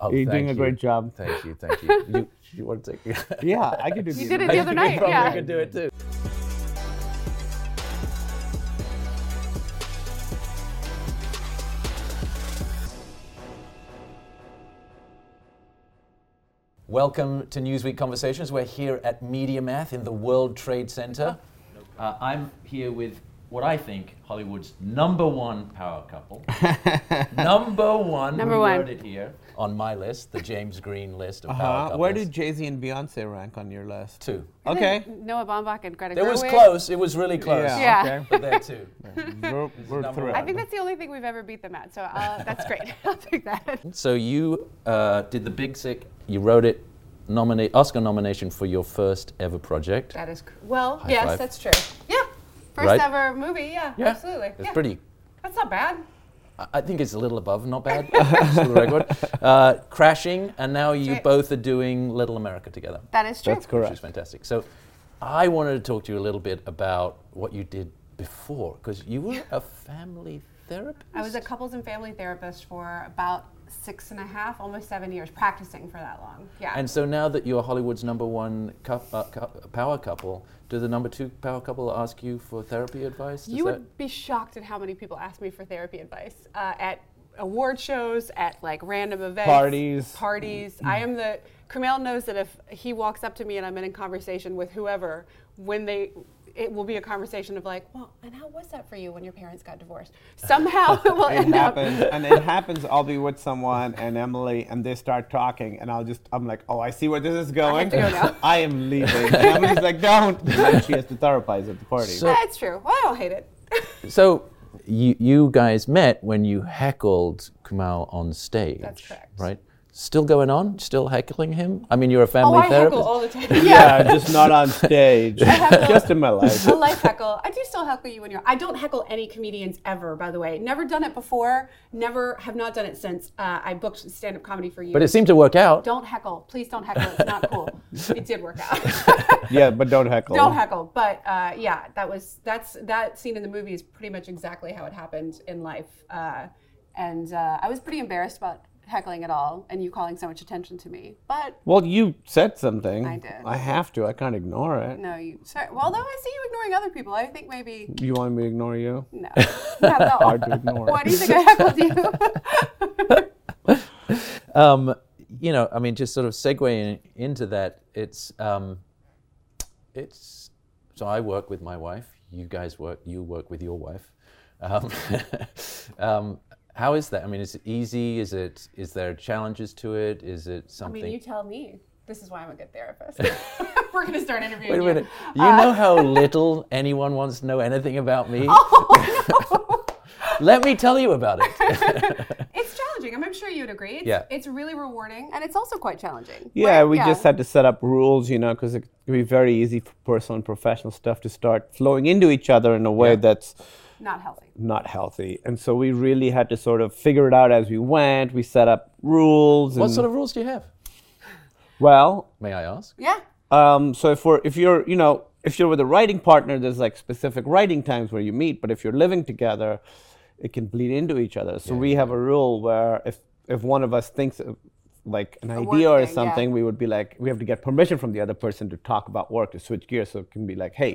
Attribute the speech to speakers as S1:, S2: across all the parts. S1: Oh,
S2: You're doing
S1: thank
S2: a great job.
S1: Thank you, thank you. you, you want to take?
S2: Yeah, I could do
S3: You
S2: music.
S3: did it the other night,
S1: probably
S3: yeah.
S1: could do it too. Welcome to Newsweek Conversations. We're here at MediaMath in the World Trade Center. Uh, I'm here with what I think Hollywood's number one power couple. number one.
S3: Number
S1: we
S3: one.
S1: wrote it here on my list, the James Green list of power
S2: Uh-huh.
S1: couples.
S2: Where did Jay Z and Beyonce rank on your list?
S1: two?
S2: Okay.
S3: Noah Baumbach and Greta
S1: It was
S3: Gerwig.
S1: close. It was really close.
S3: Yeah.
S2: Okay.
S1: But there too.
S2: We're, we're
S1: number one.
S2: thrilled.
S3: I think that's the only thing we've ever beat them at, so I'll, that's great. I'll take that.
S1: So you uh, did the Big Sick. You wrote it, nomina- Oscar nomination for your first ever project.
S3: That is cr- well,
S1: High
S3: yes,
S1: five.
S3: that's true. Yeah, first
S1: Right?
S3: ever movie. Yeah,
S1: Yeah.
S3: absolutely.
S1: It's
S3: yeah.
S1: pretty.
S3: That's not bad.
S1: I- I think it's a little above, not bad. just for the record. Uh, crashing, and now you
S3: right.
S1: both are doing Little America together.
S3: That is true.
S2: That's
S1: Which is
S2: correct.
S1: fantastic. So I wanted to talk to you a little bit about what you did before, because you were a family therapist.
S3: I was a couples and family therapist for about six and a half, almost seven years, practicing for that long. Yeah.
S1: And so now that you're Hollywood's number one cou- uh, cou- power couple, do the number two power couple ask you for therapy advice? Does
S3: you
S1: that-
S3: would be shocked at how many people ask me for therapy advice uh, at award shows, at like random events,
S2: Parties.
S3: Parties. I am the Kumail knows that if he walks up to me and I'm in a conversation with whoever, when they it will be a conversation of like, well, and how was that for you when your parents got divorced? Somehow it will
S2: it
S3: end up.
S2: happens, and it happens. I'll be with someone and Emily, and they start talking, and I'll just, I'm like, oh, I see where this is going.
S3: to go now.
S2: I am leaving. And Emily's like, don't. And then she has to therapize at the party.
S1: So-
S3: That's true. Well, I don't hate it.
S1: So you, you guys met when you heckled Kumail on stage.
S3: That's correct.
S1: Right? Still going on? Still heckling him? I mean, you're a family
S3: oh, I
S1: therapist.
S3: heckle all the time.
S2: yeah, just not on stage.
S3: have a-
S2: just in my life.
S3: a life heckle. I do still heckle you when you're. I don't heckle any comedians ever, by the way. Never done it before. Never have not done it since. Uh, I booked stand-up comedy for years.
S1: But it seemed to work out.
S3: don't heckle. Please don't heckle. It's not cool. it did work out.
S2: Yeah, but don't heckle.
S3: don't heckle. But uh, yeah, that was that's that scene in the movie is pretty much exactly how it happened in life. Uh, and uh, I was pretty embarrassed about heckling at all, and you calling so much attention to me. But
S2: Well, you said something.
S3: I did.
S2: I have to. I can't ignore it.
S3: no, you. Sorry. Well, though I see you ignoring other people. I think maybe
S2: You want me to ignore you?
S3: No, not at all.
S2: Hard to ignore.
S3: Why do you think I heckled you?
S1: Um, you know, I mean, just sort of segueing into that, it's, um, it's, so I work with my wife. You guys work, you work with your wife. Um, um, how is that? I mean, is it easy? Is it, is there challenges to it? Is it
S3: I
S1: something?
S3: mean, you tell me. This is why I'm a good therapist. We're gonna start
S1: Wait
S3: interviewing.
S1: a
S3: you. Uh,
S1: minute. You know how little anyone wants to know anything about me?
S3: Oh.
S1: Let me tell you about it.
S3: It's challenging. I'm, I'm sure you'd agree. It's,
S1: Yeah.
S3: it's really rewarding, and it's also quite challenging.
S2: Yeah,
S3: right?
S2: we just had to set up rules, you know, because it could be very easy for personal and professional stuff to start flowing into each other in a way that's
S3: not healthy.
S2: not healthy. And so we really had to sort of figure it out as we went. We set up rules.
S1: What
S2: and-
S1: sort of rules do you have?
S2: Well,
S1: May I ask?
S3: Yeah.
S2: um, so if we're if you're you know if you're with a writing partner, there's like specific writing times where you meet. But if you're living together, it can bleed into each other. So we have a rule where if if one of us thinks of like an
S3: work
S2: idea or
S3: thing, yeah.
S2: something, we would be like we have to get permission from the other person to talk about work to switch gears. So it can be like, hey,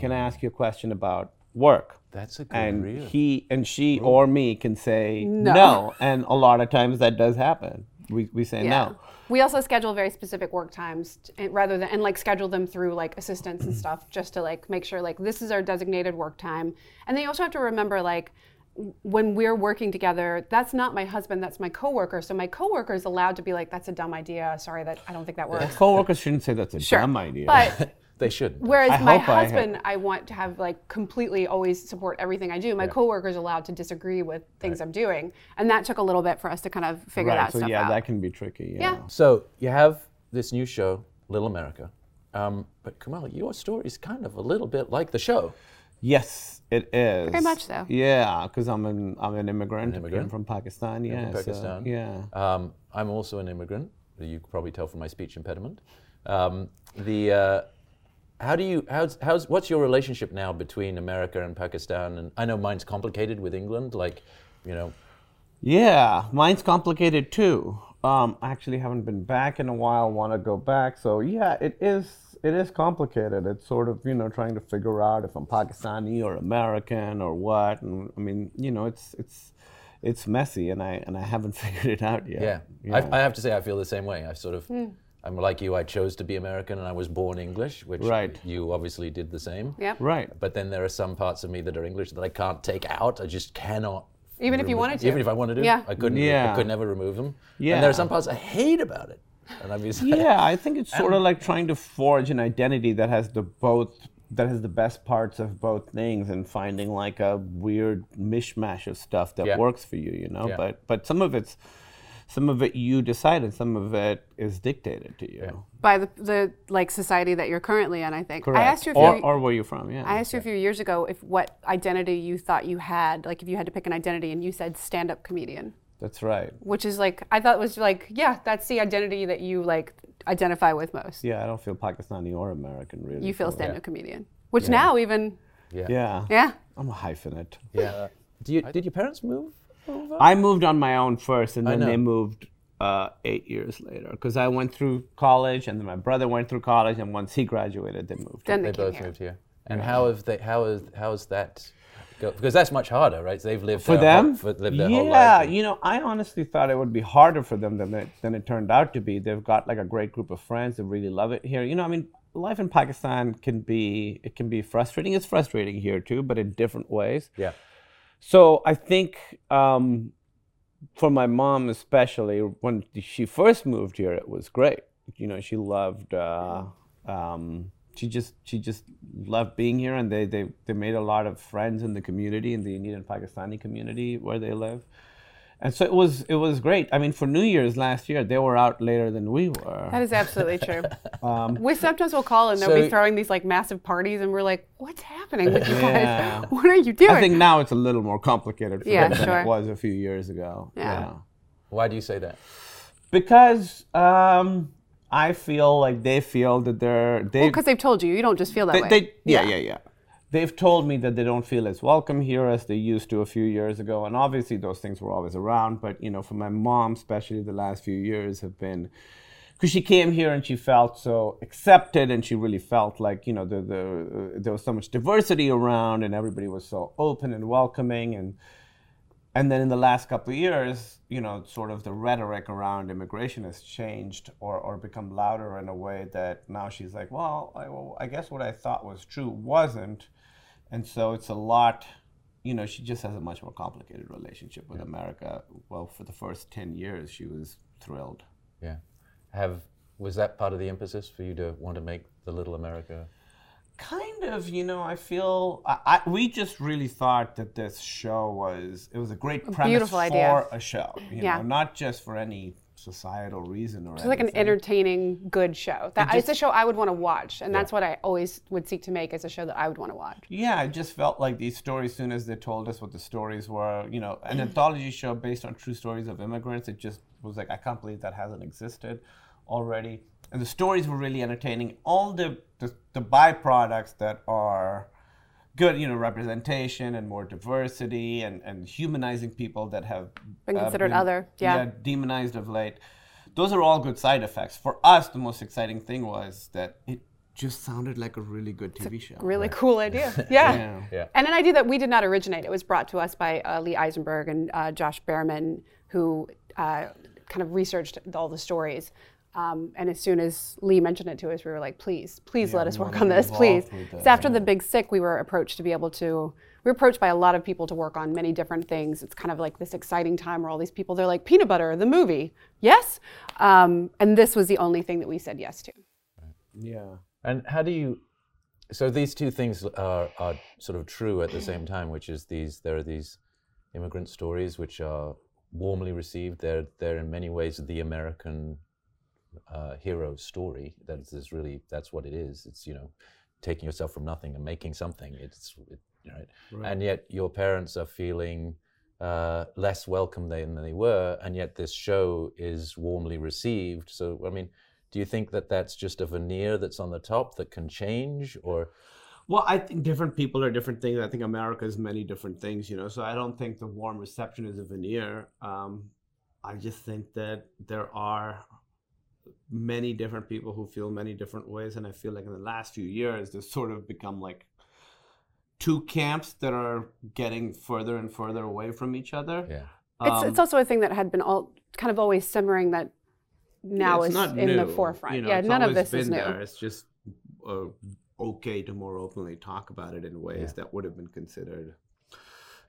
S2: can I ask you a question about work?
S1: That's a good
S2: and
S1: rule.
S2: he and she or me can say
S3: No.
S2: no. and a lot of times that does happen we, we say no
S3: We also schedule very specific work times t- and rather than and like schedule them through like assistants and stuff just to like make sure like this is our designated work time. And then you also have to remember like w- when we're working together, that's not my husband, that's my coworker. So my coworker is allowed to be like, that's a dumb idea. Sorry, that I don't think that works.
S2: coworkers shouldn't say that's a
S3: Sure.
S2: dumb idea
S3: But
S1: They should.
S3: whereas
S2: I
S3: my
S2: hope I have-
S3: husband, I, want to have like completely always support everything I do. My coworker is allowed to disagree with things I'm doing, and that took a little bit for us to kind of figure
S2: right
S3: that
S2: so
S3: stuff
S2: yeah
S3: out.
S2: that can be tricky yeah,
S3: yeah.
S1: So you have this new show, Little America. Um, but Kumail, your story is kind of a little bit like the show.
S2: yes it is
S3: Very much so.
S2: yeah because i'm an i'm an immigrant,
S1: immigrant.
S2: I'm from pakistan yeah
S1: from
S2: so-
S1: Pakistan.
S2: uh, yeah
S1: Um, I'm also an immigrant. You can probably tell from my speech impediment. Um, the uh, how do you how's, how's what's your relationship now between America and Pakistan? And I know mine's complicated with England. Like, you know,
S2: yeah mine's complicated too Um, I actually haven't been back in a while. Want to go back? So yeah, it is. It is complicated. It's sort of you know trying to figure out if I'm Pakistani or American or what. And I mean, you know, it's it's it's messy, and I and I haven't figured it out yet.
S1: Yeah,
S2: You know.
S1: I, I have to say I feel the same way. I sort of, I'm like you. I chose to be American, and I was born English, which
S2: Right.
S1: you obviously did the same.
S3: Yep.
S2: right.
S1: But then there are some parts of me that are English that I can't take out. I just cannot.
S3: Even if you
S1: remove-
S3: wanted to.
S1: Even if I wanted to,
S3: Yeah.
S1: I couldn't.
S2: Yeah.
S1: I could never remove them.
S2: Yeah.
S1: And there are some parts I hate about it, and I'm just
S2: yeah, I think it's
S1: Um,
S2: sort of like trying to forge an identity that has the both that has the best parts of both things and finding like a weird mishmash of stuff that
S1: Yeah.
S2: works for you, you know.
S1: Yeah.
S2: But but some of it's some of it you decide and some of it is dictated to you.
S3: by the, the like society that you're currently in. I think I asked you if
S2: or,
S3: you
S2: or where you're from, yeah.
S3: I asked you a few years ago if what identity you thought you had, like if you had to pick an identity, and you said stand-up comedian,
S2: That's right.
S3: which is like I thought was like yeah, that's the identity that you like identify with most.
S2: Yeah, I don't feel Pakistani or American really.
S3: You feel
S2: so-
S3: stand-up comedian, which now even
S2: Yeah.
S3: yeah,
S2: I'm a hyphenate.
S1: yeah. Do you, did your parents move?
S2: I moved on my own first, and then
S1: know.
S2: they moved uh, eight years later because I went through college, and then my brother went through college, and once he graduated, they moved.
S3: then
S1: They
S3: they, came
S1: both
S3: here.
S1: moved here. And how have they? How is how's that? Go? Because that's much harder, right? They've lived
S2: for
S1: their whole-
S2: them,
S1: for- lived their whole
S2: yeah,
S1: life.
S2: you know, I honestly thought it would be harder for them than it, than it turned out to be. They've got like a great group of friends that really love it here. You know, I mean, life in Pakistan can be it can be frustrating. It's frustrating here too, but in different ways.
S1: yeah.
S2: So I think um, for my mom especially, when she first moved here, it was great. You know, she loved. Uh, um, she just she just loved being here, and they, they they made a lot of friends in the community in the Indian and Pakistani community where they live. And so it was it was great. I mean, for New Year's last year, they were out later than we were.
S3: That is absolutely true.
S2: Um,
S3: we sometimes will call and they'll be
S1: so-
S3: throwing these like massive parties, and we're like, "What's happening with you
S2: Yeah.
S3: guys? What are you doing?"
S2: I think now it's a little more complicated for
S3: Yeah,
S2: them than
S3: sure.
S2: it was a few years ago.
S3: Yeah.
S1: Why do you say that?
S2: Because um, I feel like they feel that they're they
S3: because they've told you, you don't just feel that
S2: they,
S3: way.
S2: they yeah, yeah yeah They've told me that they don't feel as welcome here as they used to a few years ago, and obviously those things were always around. But you know, for my mom especially, the last few years have been because she came here and she felt so accepted, and she really felt like you know the, the uh, there was so much diversity around, and everybody was so open and welcoming, and and then in the last couple of years, you know, sort of the rhetoric around immigration has changed or, or become louder in a way that now she's like, well, I, well, I guess what I thought was true wasn't. And so it's a lot, you know, she just has a much more complicated relationship with America. Well, for the first 10 years, she was thrilled.
S1: Yeah. Have was that part of the impetus for you to want to make the Little America?
S2: kind of you know i feel I, I, we just really thought that this show was it was a great premise
S3: beautiful
S2: for
S3: idea.
S2: a show you
S3: Yeah.
S2: know not just for any societal reason or
S3: It's like an
S2: um,
S3: entertaining, good show. That it's a show I would want to watch, and that's what I always would seek to make as a show that I would want to watch.
S2: yeah it just felt like these stories soon as they told us what the stories were you know
S3: Mm-hmm.
S2: an anthology show based on true stories of immigrants it just was like i can't believe that hasn't existed already and the stories were really entertaining all the the, the byproducts that are good you know representation and more diversity and, and humanizing people that have uh,
S3: Been considered other, yeah.
S2: demonized of late those are all good side effects for us the most exciting thing was that it just sounded like a really good tv show
S3: Really cool idea. Yeah.
S1: Yeah.
S3: And an idea that we did not originate. It was brought to us by uh, Lee Eisenberg and uh, Josh Behrman, who uh, kind of researched all the stories. Um, and as soon as Lee mentioned it to us, we were like, please, please let us
S2: we
S3: work
S2: wanna
S3: on
S2: be
S3: this, please.
S2: involved with
S3: It's
S2: that,
S3: after the Big Sick, we were approached to be able to, we were approached by a lot of people to work on many different things. It's kind of like this exciting time where all these people, they're like, peanut butter, the movie, yes? Um, and this was the only thing that we said yes to.
S2: yeah
S1: And how do you? So these two things are, are sort of true at the same time, which is these there are these immigrant stories which are warmly received. They're they're in many ways the American uh, hero story. That's is really that's what it is. It's you know taking yourself from nothing and making something. It's it, right? And yet your parents are feeling uh, less welcome than they were, and yet this show is warmly received. So I mean, do you think that that's just a veneer that's on the top that can change, or
S2: Well, I think different people are different things. I think America is many different things, you know. So I don't think the warm reception is a veneer. Um, I just think that there are many different people who feel many different ways, and I feel like in the last few years, there's sort of become like two camps that are getting further and further away from each other.
S1: Yeah.
S3: it's,
S2: Um,
S3: it's also a thing that had been all kind of always simmering that now
S2: It's
S3: is
S2: not
S3: in the
S2: new,
S3: forefront.
S2: you know,
S3: yeah,
S2: it's
S3: none of
S2: always
S3: this is
S2: been
S3: new.
S2: there. It's just uh, okay to more openly talk about it in ways that would have been considered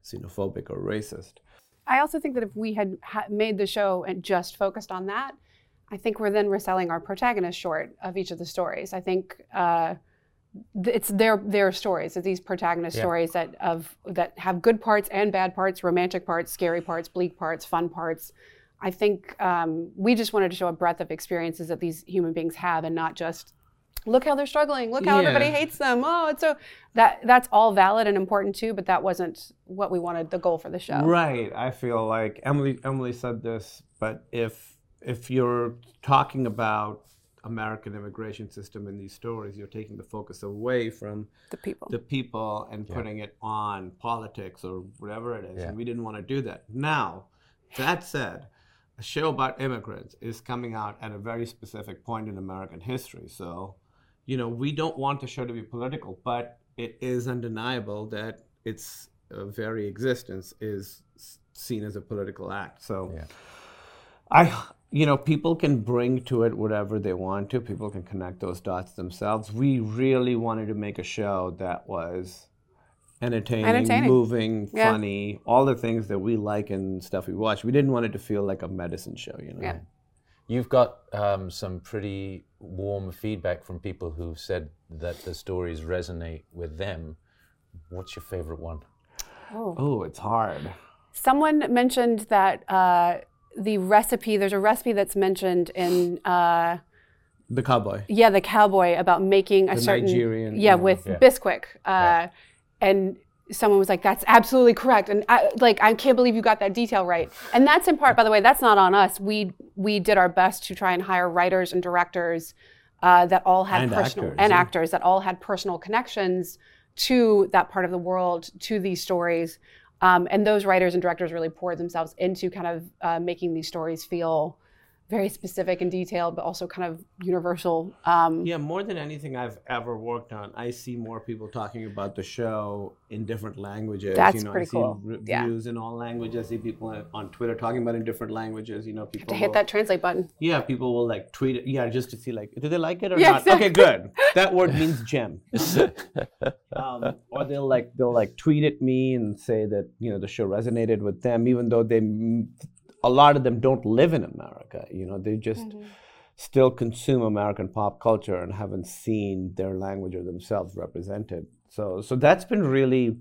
S2: xenophobic or racist.
S3: I also think that if we had ha- made the show and just focused on that, I think we're then reselling our protagonist short of each of the stories. I think uh, th- it's their their stories, it's these protagonist stories that of that have good parts and bad parts, romantic parts, scary parts, bleak parts, fun parts. I think um, we just wanted to show a breadth of experiences that these human beings have, and not just look how they're struggling, look how everybody
S2: Yeah.
S3: hates them. Oh, it's so that that's all valid and important too, but that wasn't what we wanted the goal for the show.
S2: Right. I feel like Emily Emily said this, but if if you're talking about American immigration system in these stories, you're taking the focus away from
S3: The people.
S2: the people and putting it on politics or whatever it is.
S1: Yeah.
S2: And we didn't want to do that. Now, that said, a show about immigrants is coming out at a very specific point in American history. So, you know, we don't want the show to be political, but it is undeniable that its uh, very existence is s- seen as a political act. So,
S1: Yeah.
S2: I, you know, people can bring to it whatever they want to. People can connect those dots themselves. We really wanted to make a show that was entertaining,
S3: Entertaining.
S2: moving,
S3: Yeah.
S2: funny, all the things that we like and stuff we watch. We didn't want it to feel like a medicine show, you know.
S3: Yeah.
S1: You've got um, some pretty warm feedback from people who've said that the stories resonate with them. What's your favorite one?
S2: Oh, it's hard.
S3: Someone mentioned that uh, the recipe, there's a recipe that's mentioned in, uh,
S2: The cowboy.
S3: yeah, the cowboy about making a
S2: The
S3: certain.
S2: Nigerian,
S3: Yeah,
S2: you know,
S3: with
S1: yeah.
S3: Bisquick. Uh, And someone was like, that's absolutely correct. And I, like, I can't believe you got that detail right. And that's in part, by the way, that's not on us. We, we did our best to try and hire writers and directors uh, that all had
S2: And
S3: personal
S2: actors,
S3: and
S2: yeah.
S3: actors that all had personal connections to that part of the world, to these stories. Um, and those writers and directors really poured themselves into kind of uh, making these stories feel very specific and detailed, but also kind of universal. Um,
S2: Yeah, more than anything I've ever worked on, I see more people talking about the show in different languages.
S3: That's
S2: you know,
S3: pretty
S2: I see
S3: cool. Yeah.
S2: Reviews in all languages. I see people on- on Twitter talking about it in different languages. You know, people
S3: to hit
S2: will-
S3: that translate button.
S2: Yeah, people will like tweet it. Yeah, just to see like, do they like it or
S3: Yeah,
S2: not? Okay, good. That word means gem. um, or they'll like they'll like tweet at me and say that you know the show resonated with them, even though they a lot of them don't live in America. You know, they just
S3: Mm-hmm.
S2: still consume American pop culture and haven't seen their language or themselves represented. So so that's been really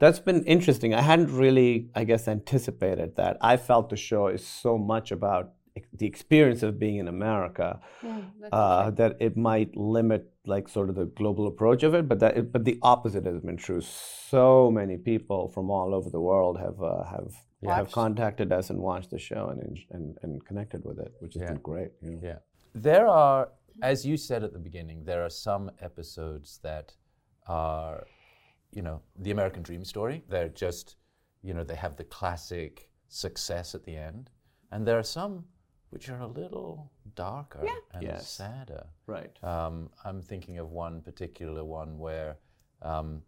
S2: that's been interesting. I hadn't really, I guess, anticipated that. I felt the show is so much about ex- the experience of being in America uh, that it might limit like sort of the global approach of it, but that but the opposite has been true. So many people from all over the world have uh, have have
S3: Watched.
S2: contacted us and watched the show and and, and connected with it, which has been great. you know.
S1: Yeah. There are, as you said at the beginning, there are some episodes that are, you know, the American Dream story. They're just, you know, they have the classic success at the end. And there are some which are a little darker and
S2: Yes.
S1: sadder.
S2: Right.
S1: Um, I'm thinking of one particular one where um,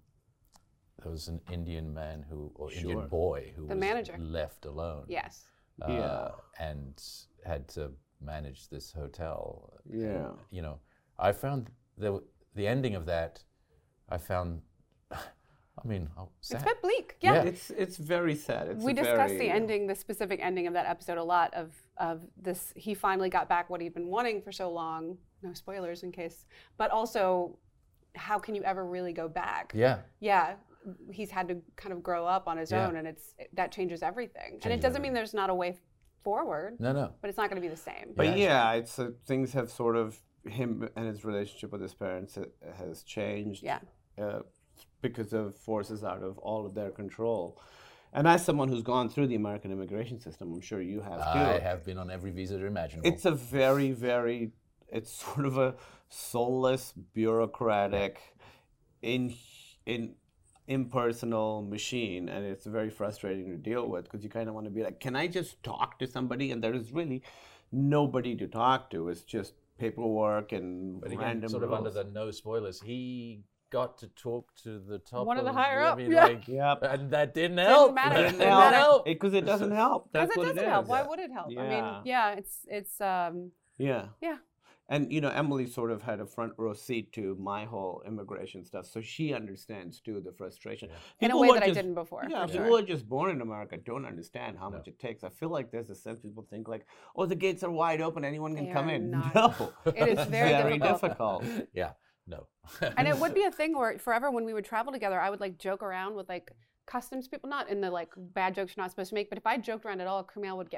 S1: there was an Indian man who, or Indian boy who was
S3: manager.
S1: left alone
S3: Yes.
S1: uh, and had to manage this hotel.
S2: Yeah.
S1: You know, I found the the ending of that. I found, I mean, oh, sad.
S3: It's a bit bleak. Yeah.
S1: Yeah.
S2: It's it's very sad. It's
S3: We
S2: a
S3: discussed
S2: very-
S3: the ending, the specific ending of that episode a lot of of this he finally got back what he'd been wanting for so long. No spoilers in case. But also how can you ever really go back?
S1: yeah,
S3: yeah he's had to kind of grow up on his
S1: Yeah.
S3: own and it's that changes everything and it doesn't mean there's not a way f- forward
S1: no, no,
S3: but it's not going to be the same
S2: But yeah, it's uh, things have sort of him and his relationship with his parents ha- has changed.
S3: Yeah.
S2: Uh, because of forces out of all of their control. And as someone who's gone through the American immigration system, I'm sure you have too.
S1: I have been on every visa imaginable.
S2: It's a very, very, it's sort of a soulless, bureaucratic, in in impersonal machine and it's very frustrating to deal with because you kind of want to be like can i just talk to somebody and there is really nobody to talk to it's just paperwork and
S1: But again,
S2: random
S1: sort of under
S2: rules.
S1: the no spoilers, he got to talk to the top
S3: One of the
S1: I
S3: higher up,
S1: mean,
S3: yeah.
S1: like-
S2: Yep.
S1: and that didn't help.
S3: matter,
S1: That
S3: didn't
S1: didn't
S3: matter.
S1: help.
S2: because it doesn't help
S3: Because
S2: that's
S3: it
S2: what
S3: doesn't
S2: it is
S3: help. Why
S1: yeah.
S3: would it help? I
S2: Yeah.
S3: mean, yeah, it's it's um
S2: yeah
S3: yeah.
S2: and you know emily sort of had a front row seat to my whole immigration stuff so she understands too the frustration
S3: In a
S2: People
S3: way
S2: who are
S3: that I
S2: just-
S3: didn't before.
S2: Yeah,
S3: for
S2: people
S3: sure.
S2: who are just born in America don't understand how much it takes. I feel like there's a sense people think like, oh, the gates are wide open, anyone can
S3: They
S2: come
S3: are
S2: in.
S3: not.
S2: No,
S3: It is very,
S2: very
S3: difficult.
S2: difficult.
S1: Yeah, no.
S3: And it would be a thing where forever when we would travel together, I would like joke around with like customs people, not in the like bad jokes you're not supposed to make, but if I joked around at all, Kumail would get